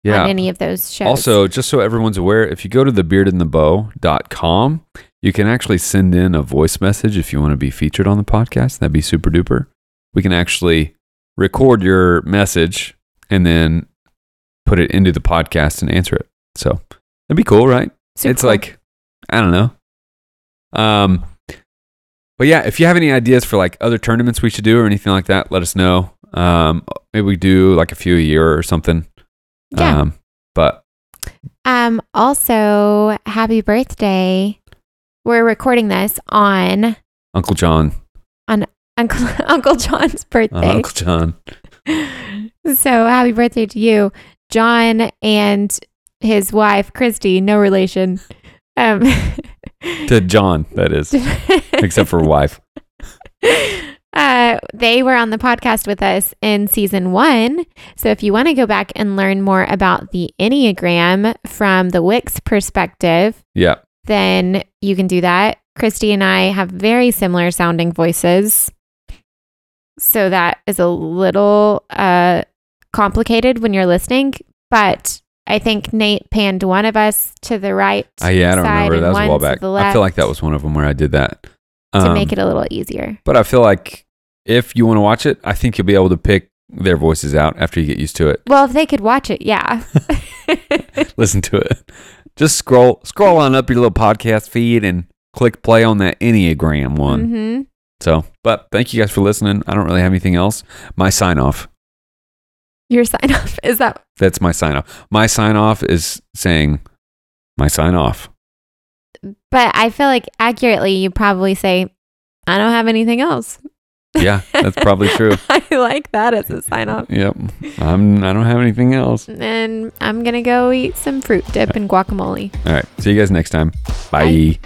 Speaker 2: on
Speaker 1: yeah.
Speaker 2: any of those shows.
Speaker 1: Also, just so everyone's aware, if you go to thebeardandthebow.com, you can actually send in a voice message if you want to be featured on the podcast. That'd be super duper. We can actually record your message and then put it into the podcast and answer it. So that'd be cool, right?
Speaker 2: Super
Speaker 1: it's
Speaker 2: cool.
Speaker 1: like I don't know. Um, but yeah, if you have any ideas for like other tournaments we should do or anything like that, let us know. Um, maybe we do like a few a year or something.
Speaker 2: yeah.
Speaker 1: Um, but
Speaker 2: Um, also, happy birthday. We're recording this on
Speaker 1: Uncle John,
Speaker 2: Uncle, *laughs* Uncle John's
Speaker 1: uh,
Speaker 2: birthday.
Speaker 1: Uncle John,
Speaker 2: so happy birthday to you, John, and his wife Christy, no relation. Um,
Speaker 1: to John that
Speaker 2: *laughs*
Speaker 1: is, except for wife.
Speaker 2: uh, they were on the podcast with us in season one. So if you want to go back and learn more about the Enneagram from the Wix perspective,
Speaker 1: Yeah,
Speaker 2: then you can do that. Christy and I have very similar sounding voices. So that is a little uh, complicated when you're listening, but I think Nate panned one of us to the right
Speaker 1: I Uh, yeah, I don't
Speaker 2: Side
Speaker 1: remember.
Speaker 2: and
Speaker 1: That was a while
Speaker 2: one to
Speaker 1: back.
Speaker 2: the
Speaker 1: I feel like
Speaker 2: left.
Speaker 1: that was one of them where I did that
Speaker 2: to
Speaker 1: Um,
Speaker 2: make it a little easier.
Speaker 1: But I feel like if you want to watch it, I think you'll be able to pick their voices out after you get used to it.
Speaker 2: Well, if they could watch it, yeah.
Speaker 1: listen to it. Just scroll scroll on up your little podcast feed and click play on that Enneagram *laughs* one.
Speaker 2: hmm
Speaker 1: So, but thank you guys for listening. I don't really have anything else. My sign off.
Speaker 2: Your sign off is that
Speaker 1: That's my sign off. My sign off is saying my sign off.
Speaker 2: but I feel like accurately you probably say I don't have anything else. *laughs*
Speaker 1: Yeah, that's probably true.
Speaker 2: I like that as a sign off.
Speaker 1: Yep. I'm I don't have anything else.
Speaker 2: And I'm going to go eat some fruit dip and guacamole.
Speaker 1: All right. See you guys next time. Bye.